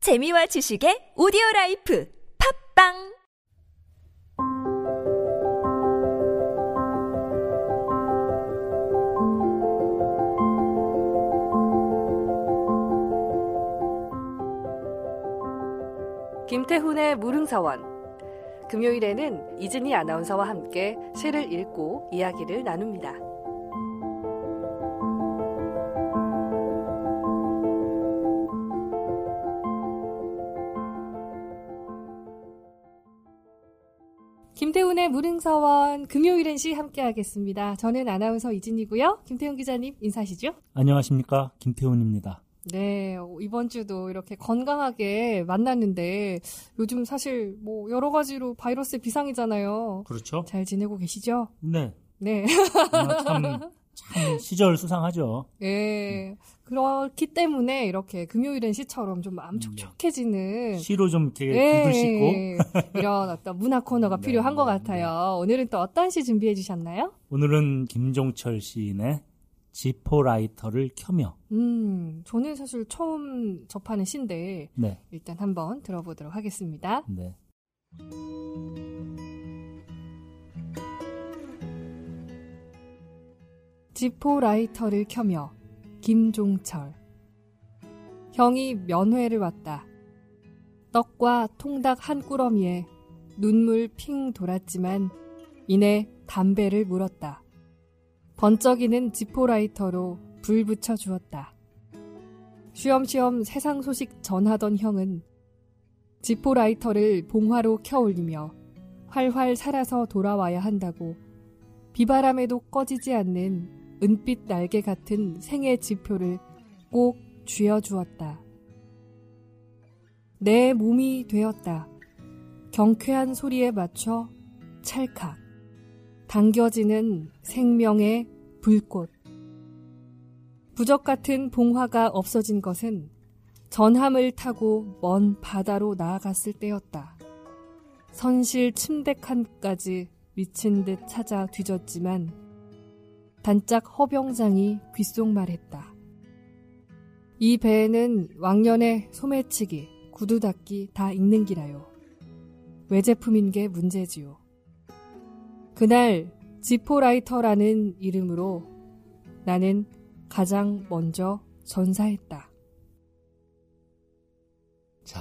재미와 지식의 오디오 라이프 팝빵 김태훈의 무릉서원 금요일에는 이진희 아나운서와 함께 시를 읽고 이야기를 나눕니다. 김태훈의 무릉서원 금요일엔 시 함께 하겠습니다. 저는 아나운서 이진이고요. 김태훈 기자님 인사하시죠. 안녕하십니까 김태훈입니다. 네, 이번 주도 이렇게 건강하게 만났는데 요즘 사실 뭐 여러 가지로 바이러스의 비상이잖아요. 그렇죠? 잘 지내고 계시죠? 네. 네. 아, 참, 참 시절 수상하죠. 예. 그렇기 때문에 이렇게 금요일엔 시처럼 좀 마음 촉촉해지는 네. 시로 좀 이렇게 예, 기분 씻고 예. 이런 어떤 문화 코너가 네, 필요한 것 네, 같아요. 오늘은 또 어떤 시 준비해 주셨나요? 오늘은 김종철 시인의 지포 라이터를 켜며 음, 저는 사실 처음 접하는 시인데 네, 일단 한번 들어보도록 하겠습니다. 네. 지포 라이터를 켜며 김종철 형이 면회를 왔다. 떡과 통닭 한 꾸러미에 눈물 핑 돌았지만 이내 담배를 물었다. 번쩍이는 지포 라이터로 불 붙여 주었다. 쉬엄쉬엄 세상 소식 전하던 형은 지포 라이터를 봉화로 켜 올리며 활활 살아서 돌아와야 한다고 비바람에도 꺼지지 않는 은빛 날개 같은 생애 지표를 꼭 쥐어주었다. 내 몸이 되었다. 경쾌한 소리에 맞춰 찰칵. 당겨지는 생명의 불꽃. 부적 같은 봉화가 없어진 것은 전함을 타고 먼 바다로 나아갔을 때였다. 선실 침대칸까지 미친 듯 찾아 뒤졌지만 단짝 허병장이 귓속말했다. 이 배에는 왕년에 소매치기, 구두 닦기 다 있는 기라요. 외제품인 게 문제지요. 그날 지포라이터라는 이름으로 나는 가장 먼저 전사했다. 자,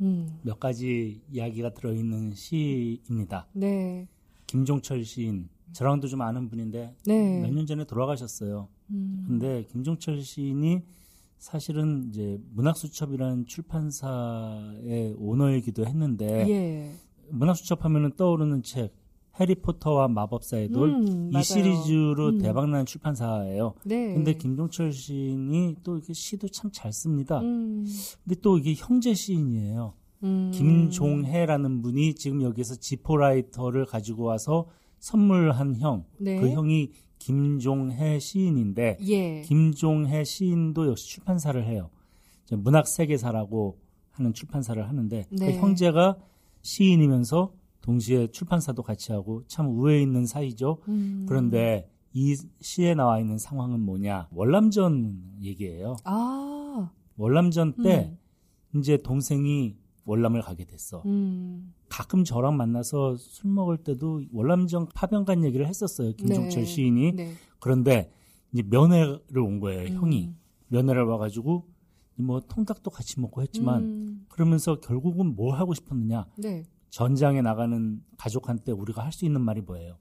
음, 몇 가지 이야기가 들어있는 시입니다. 네, 김종철 시인 저랑도 좀 아는 분인데 네. 몇 년 전에 돌아가셨어요. 음, 근데 김종철 시인이 사실은 이제 문학수첩이라는 출판사의 오너이기도 했는데 예. 문학수첩하면 떠오르는 책 해리포터와 마법사의 돌그 이 음, 맞아요. 시리즈로 음. 대박난 출판사예요. 네. 근데 김종철 시인이 또 이렇게 시도 참 잘 씁니다. 음, 근데 또 이게 형제 시인이에요. 음. 김종해라는 분이 지금 여기서 지포라이터를 가지고 와서 선물한 형. 네. 그 형이 김종해 시인인데 예. 김종해 시인도 역시 출판사를 해요. 이제 문학세계사라고 하는 출판사를 하는데 네. 그 형제가 시인이면서 동시에 출판사도 같이 하고 참 우애 있는 사이죠. 음. 그런데 이 시에 나와 있는 상황은 뭐냐? 월남전 얘기예요. 아, 월남전 때 이제 동생이 월남을 가게 됐어. 음, 가끔 저랑 만나서 술 먹을 때도 월남전 파병간 얘기를 했었어요. 김종철 네. 시인이. 네. 그런데 이제 면회를 온 거예요. 음. 형이. 면회를 와가지고 뭐 통닭도 같이 먹고 했지만 음, 그러면서 결국은 뭘 하고 싶었느냐 네. 전장에 나가는 가족한테 우리가 할 수 있는 말이 뭐예요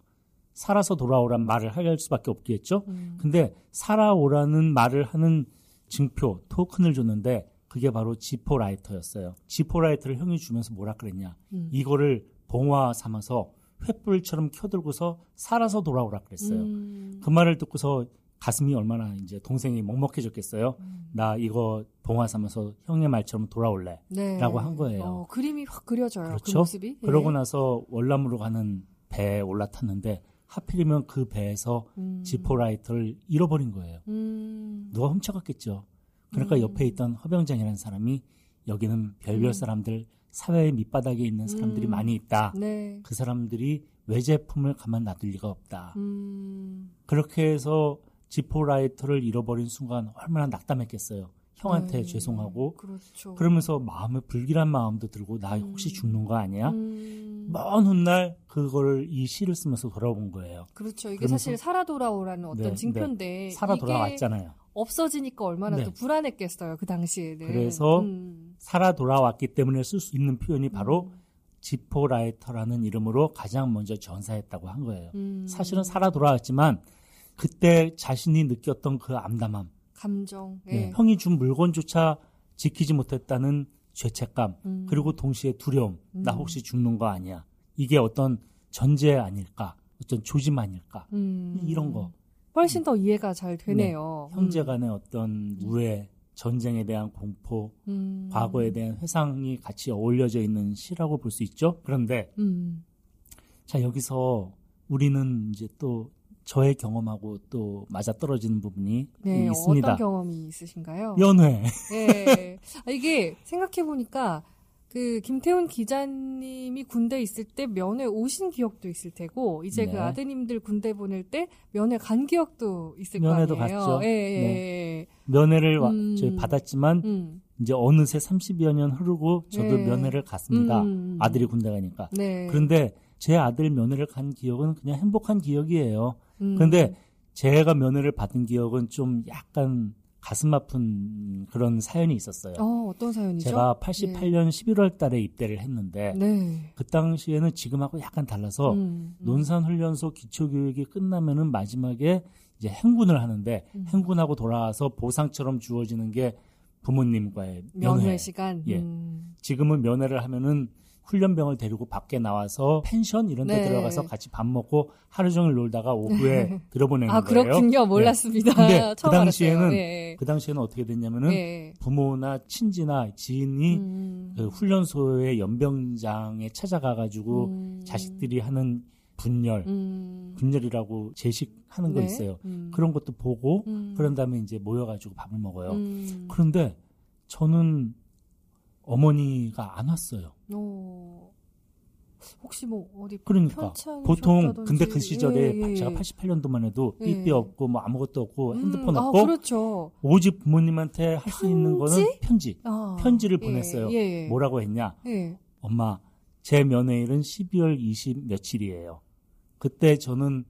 살아서 돌아오란 말을 할 수밖에 없겠죠 음, 근데 살아오라는 말을 하는 증표 토큰을 줬는데 그게 바로 지포 라이터였어요 지포 라이터를 형이 주면서 뭐라 그랬냐 음. 이거를 봉화 삼아서 횃불처럼 켜들고서 살아서 돌아오라 그랬어요 음, 그 말을 듣고서 가슴이 얼마나 이제 동생이 먹먹해졌겠어요. 음. 나 이거 봉화 삼아서 형의 말처럼 돌아올래. 네. 라고 한 거예요. 어, 그림이 확 그려져요. 그 그렇죠? 모습이. 예. 그러고 나서 월남으로 가는 배에 올라탔는데 하필이면 그 배에서 음, 지포라이터를 잃어버린 거예요. 음, 누가 훔쳐갔겠죠. 그러니까 음. 옆에 있던 허병장이라는 사람이 여기는 별별 음. 사람들 사회의 밑바닥에 있는 사람들이 음. 많이 있다. 네. 그 사람들이 외제품을 가만 놔둘 리가 없다. 음, 그렇게 해서 지포라이터를 잃어버린 순간 얼마나 낙담했겠어요. 형한테 네. 죄송하고 그렇죠. 그러면서 마음에 불길한 마음도 들고 나 혹시 음. 죽는 거 아니야? 음, 먼 훗날 그걸 이 시를 쓰면서 돌아본 거예요. 그렇죠. 이게 그러면서- 사실 살아 돌아오라는 어떤 네, 네. 징표인데 살아 이게 돌아왔잖아요. 없어지니까 얼마나 네. 또 불안했겠어요 그 당시에는. 그래서 음. 살아 돌아왔기 때문에 쓸 수 있는 표현이 바로 지포라이터라는 이름으로 가장 먼저 전사했다고 한 거예요. 음, 사실은 살아 돌아왔지만 그때 자신이 느꼈던 그 암담함, 감정. 예. 예, 형이 준 물건조차 지키지 못했다는 죄책감, 음. 그리고 동시에 두려움, 나 음. 혹시 죽는 거 아니야. 이게 어떤 전제 아닐까, 어떤 조짐 아닐까, 음. 이런 거. 훨씬 더 이해가 잘 되네요. 음, 형제 간의 어떤 우애, 전쟁에 대한 공포, 음. 과거에 대한 회상이 같이 어울려져 있는 시라고 볼 수 있죠. 그런데 음. 자 여기서 우리는 이제 또 저의 경험하고 또 맞아 떨어지는 부분이 네, 음, 있습니다. 어떤 경험이 있으신가요? 연회. 예. 아, 이게 생각해 보니까 그 김태훈 기자님이 군대 있을 때 면회 오신 기억도 있을 테고 이제 네. 그 아드님들 군대 보낼 때 면회 간 기억도 있을 면회도 거 아니에요. 갔죠. 네. 예, 예, 면회를 와- 음. 저희 받았지만 예. 음. 이제 어느새 30여 년 흐르고 저도 네. 면회를 갔습니다. 음. 아들이 군대 가니까. 네. 그런데 제 아들 면회를 간 기억은 그냥 행복한 기억이에요. 음. 그런데 제가 면회를 받은 기억은 좀 약간 가슴 아픈 그런 사연이 있었어요. 어, 네. 어떤 사연이죠? 제가 88년 11월 달에 입대를 했는데 네. 그 당시에는 지금하고 약간 달라서 음. 논산훈련소 기초교육이 끝나면은 마지막에 이제 행군을 하는데 음. 행군하고 돌아와서 보상처럼 주어지는 게 부모님과의 면회, 면회. 시간. 예. 음. 지금은 면회를 하면은 훈련병을 데리고 밖에 나와서 펜션 이런 데 네. 들어가서 같이 밥 먹고 하루 종일 놀다가 오후에 들어보내는 아, 거예요. 네. 그렇군요. 몰랐습니다. 근데 그 처음 알았어요. 당시에는 예. 그 당시에는 어떻게 됐냐면은 예. 부모나 친지나 지인이 음. 그 훈련소의 연병장에 찾아가가지고 음. 자식들이 하는 분열, 음. 분열이라고 제식하는 거 네. 있어요. 음. 그런 것도 보고 음. 그런 다음에 이제 모여가지고 밥을 먹어요. 음. 그런데 저는 어머니가 안 왔어요. 어. 혹시 뭐 어디 그러니까 편찮으셨다든지. 보통 근데 그 시절에 예, 예. 제가 88년도만 해도 예. 삐삐 없고 뭐 아무것도 없고 음, 핸드폰 아, 없고 그렇죠. 오직 부모님한테 할 수 있는 거는 편지. 아, 편지를 예, 보냈어요. 예, 예. 뭐라고 했냐? 예. 엄마, 제 면회일은 12월 20 며칠이에요. 그때 저는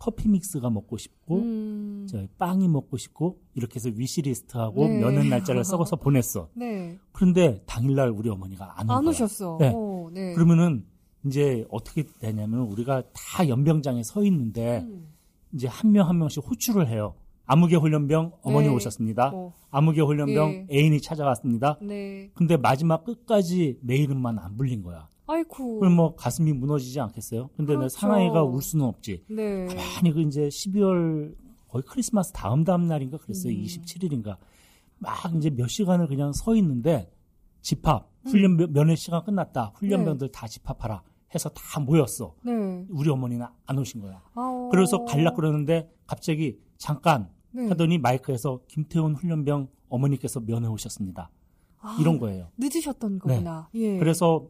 커피 믹스가 먹고 싶고 음. 저 빵이 먹고 싶고 이렇게 해서 위시리스트하고 네. 여는 날짜를 썩어서 보냈어. 네. 그런데 당일날 우리 어머니가 안, 온 안 거야. 오셨어. 네. 어, 네. 그러면은 이제 어떻게 되냐면 우리가 다 연병장에 서 있는데 음. 이제 한 명 한 명씩 호출을 해요. 암흑의 훈련병 어머니 네. 오셨습니다. 어, 암흑의 훈련병 애인이 찾아왔습니다. 네. 근데 마지막 끝까지 내 이름만 안 불린 거야. 아이쿠. 그럼 뭐 가슴이 무너지지 않겠어요? 근데 내 그렇죠. 사나이가 울 수는 없지. 네. 가만히 그 이제 12월 거의 크리스마스 다음 다음 날인가 그랬어요. 음. 27일인가. 막 이제 몇 시간을 그냥 서 있는데 집합 음. 훈련 면- 면회 시간 끝났다. 훈련병들 다 집합하라 해서 다 모였어. 네. 우리 어머니는 안 오신 거야. 아, 그래서 갈라 그러는데 갑자기 잠깐 네. 하더니 마이크에서 김태훈 훈련병 어머니께서 면회 오셨습니다. 아, 이런 거예요. 네. 늦으셨던 거구나. 예. 그래서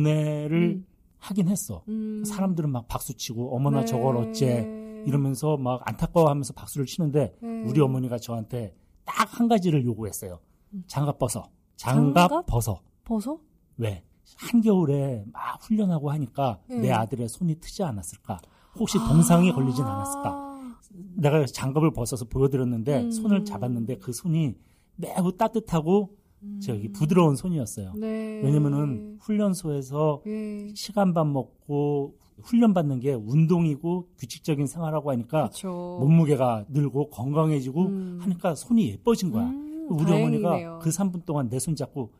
면회를 음. 하긴 했어. 음. 사람들은 막 박수 치고 어머나 네. 저걸 어째 이러면서 막 안타까워하면서 박수를 치는데 네. 우리 어머니가 저한테 딱 한 가지를 요구했어요. 음. 장갑 벗어. 장갑, 장갑? 벗어. 벗어? 왜? 한겨울에 막 훈련하고 하니까 음. 내 아들의 손이 트지 않았을까? 혹시 동상이 아. 걸리진 않았을까? 어. 내가 그래서 장갑을 벗어서 보여드렸는데 음. 손을 잡았는데 그 손이 매우 따뜻하고 음. 저기 부드러운 손이었어요. 네. 왜냐면은 훈련소에서 예. 시간밥 먹고 훈련 받는 게 운동이고 규칙적인 생활하고 하니까 그렇죠. 몸무게가 늘고 건강해지고 음. 하니까 손이 예뻐진 거야. 음, 우리 다행이네요. 어머니가 그 3분 동안 내 손 잡고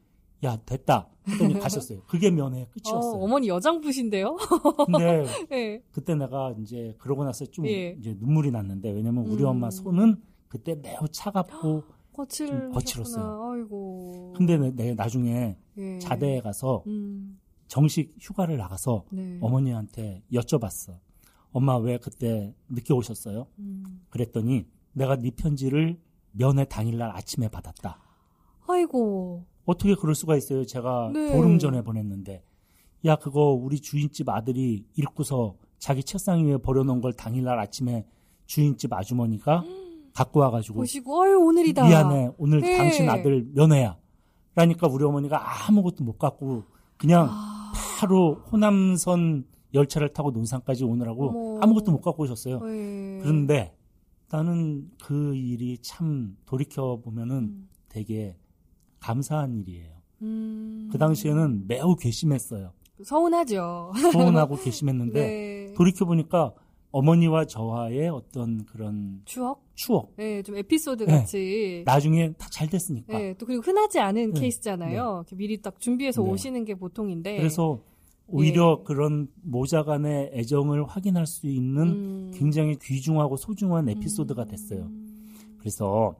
야 됐다 하더니 가셨어요. 그게 면회 어, 끝이었어요. 어머니 여장부신데요? 근데 예. 그때 내가 이제 그러고 나서 좀 예. 이제 눈물이 났는데 왜냐면 우리 음. 엄마 손은 그때 매우 차갑고 거칠 좀 거칠었어요. 하셨구나. 아이고. 근데 내, 내 나중에 예. 자대에 가서 음. 정식 휴가를 나가서 네. 어머니한테 여쭤봤어. 엄마 왜 그때 늦게 오셨어요? 음. 그랬더니 내가 네 편지를 면회 당일날 아침에 받았다. 아이고. 어 떻게 그럴 수가 있어요? 제가 네. 보름 전에 보냈는데 야 그거 우리 주인집 아들이 읽고서 자기 책상 위에 버려놓은 걸 당일날 아침에 주인집 아주머니가 갖고 와가지고 보시고 어유 오늘이다. 미안해 오늘 네. 당신 아들 면회야. 그러니까 우리 어머니가 아무것도 못 갖고 그냥 아. 바로 호남선 열차를 타고 논산까지 오느라고 어머. 아무것도 못 갖고 오셨어요. 네. 그런데 나는 그 일이 참 돌이켜 보면은 음. 되게 감사한 일이에요. 음. 그 당시에는 매우 괘씸했어요. 서운하죠. 서운하고 괘씸했는데 네. 돌이켜 보니까 어머니와 저와의 어떤 그런 추억? 추억 네, 좀 에피소드 네. 같이. 나중에 다 잘 됐으니까 네, 또 그리고 흔하지 않은 네. 케이스잖아요. 이렇게 미리 딱 준비해서 네. 오시는 게 보통인데. 그래서 오히려 예. 그런 모자 간의 애정을 확인할 수 있는 음. 굉장히 귀중하고 소중한 에피소드가 됐어요. 음. 그래서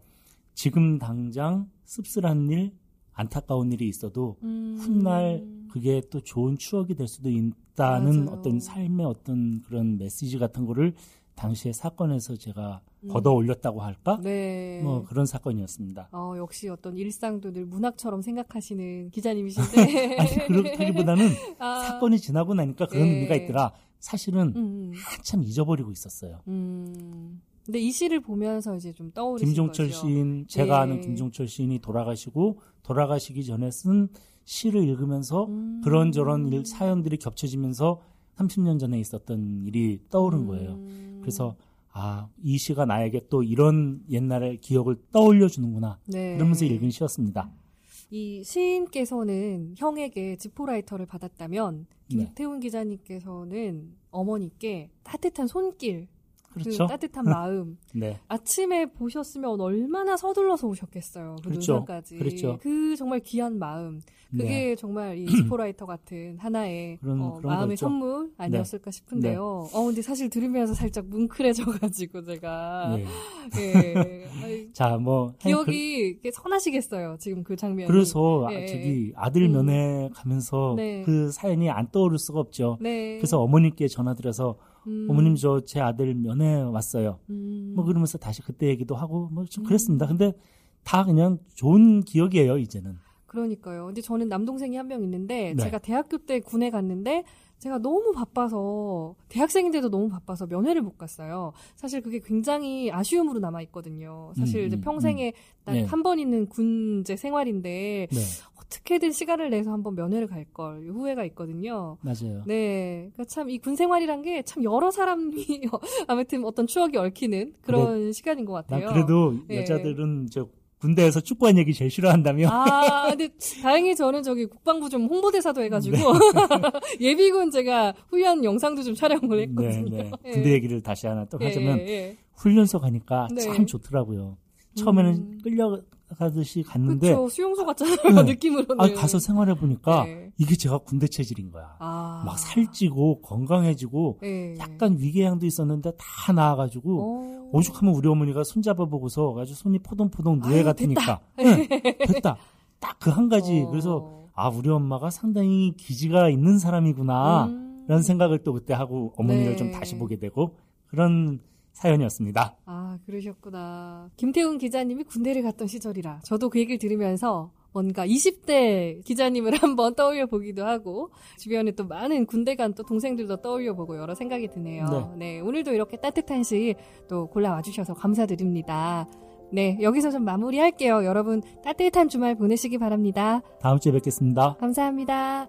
지금 당장 씁쓸한 일, 안타까운 일이 있어도 음. 훗날 그게 또 좋은 추억이 될 수도 있다는 맞아요. 어떤 삶의 어떤 그런 메시지 같은 거를 당시의 사건에서 제가 음. 걷어 올렸다고 할까? 네. 뭐 그런 사건이었습니다. 어, 역시 어떤 일상도 늘 문학처럼 생각하시는 기자님이신데. 아니 그렇다기보다는 네. 아. 사건이 지나고 나니까 그런 예. 의미가 있더라. 사실은 음. 한참 잊어버리고 있었어요. 음. 근데 이 시를 보면서 이제 좀 떠오르신 김종철 거죠. 시인 제가 예. 아는 김종철 시인이 돌아가시고 돌아가시기 전에 쓴 시를 읽으면서 음. 그런저런 일 사연들이 겹쳐지면서 30년 전에 있었던 일이 떠오른 거예요. 음. 그래서 아, 이 시가 나에게 또 이런 옛날의 기억을 떠올려 주는구나. 네. 그러면서 읽은 시였습니다. 이 시인께서는 형에게 지포라이터를 받았다면 네. 김태훈 기자님께서는 어머니께 따뜻한 손길, 그 그렇죠? 따뜻한 마음. 네. 아침에 보셨으면 얼마나 서둘러서 오셨겠어요. 그 그렇죠. 눈까지. 그렇죠. 그 정말 귀한 마음. 그게 네. 정말 이 지포라이터 같은 하나의 그런- 어, 그런 마음의 거죠. 네. 선물 아니었을까 싶은데요. 어 근데 사실 들으면서 살짝 뭉클해져가지고 제가 예. 예. 아이, 자, 뭐 기억이 이렇게 선하시겠어요. 지금 그 장면이. 그래서 아, 예, 저기 아들 음. 면회 가면서 네. 그 사연이 안 떠오를 수가 없죠. 네. 그래서 어머님께 전화드려서 음, 어머님 저 제 아들 면회 왔어요. 음, 뭐 그러면서 다시 그때 얘기도 하고 뭐 좀 그랬습니다. 근데 다 그냥 좋은 기억이에요 이제는. 그러니까요. 근데 저는 남동생이 한 명 있는데 네. 제가 대학교 때 군에 갔는데 제가 너무 바빠서 대학생인데도 너무 바빠서 면회를 못 갔어요. 사실 그게 굉장히 아쉬움으로 남아 있거든요. 사실 음, 이제 음, 평생에 네. 딱 한 번 있는 군제 생활인데 네 어떻게든 시간을 내서 한번 면회를 갈 걸 후회가 있거든요. 맞아요. 네, 그러니까 참 이 군 생활이란 게 참 여러 사람이 아무튼 어떤 추억이 얽히는 그런 시간인 것 나 같아요. 네. 그래도 예. 여자들은 저 군대에서 축구한 얘기 제일 싫어한다며. 아, 근데 다행히 저는 저기 국방부 좀 홍보대사도 네. 해가지고 예비군 제가 후연 영상도 좀 촬영을 했거든요. 네, 네. 예. 군대 얘기를 다시 하나 또 예, 하자면 예, 예. 훈련소 가니까 네. 참 좋더라고요. 처음에는 음. 끌려가듯이 갔는데 그쵸 수용소 같잖아요 느낌으로는. 아, 가서 생활해 보니까 네. 이게 제가 군대 체질인 거야. 아. 막 살찌고 건강해지고 예. 약간 위궤양도 있었는데 다 나아가지고 어. 오죽하면 우리 어머니가 손잡아 보고서 아주 손이 포동포동 누에 아유, 같으니까 응, 됐다. 딱 그 한 가지 어. 그래서 아 우리 엄마가 상당히 기지가 있는 사람이구나 음. 라는 생각을 또 그때 하고 어머니를 네. 좀 다시 보게 되고 그런 사연이었습니다. 아, 그러셨구나. 김태훈 기자님이 군대를 갔던 시절이라 저도 그 얘기를 들으면서 뭔가 20대 기자님을 한번 떠올려 보기도 하고 주변에 또 많은 군대 간 또 동생들도 떠올려 보고 여러 생각이 드네요. 네. 오늘도 이렇게 따뜻한 시 또 골라와 주셔서 감사드립니다. 네, 여기서 좀 마무리할게요. 여러분 따뜻한 주말 보내시기 바랍니다. 다음 주에 뵙겠습니다. 감사합니다.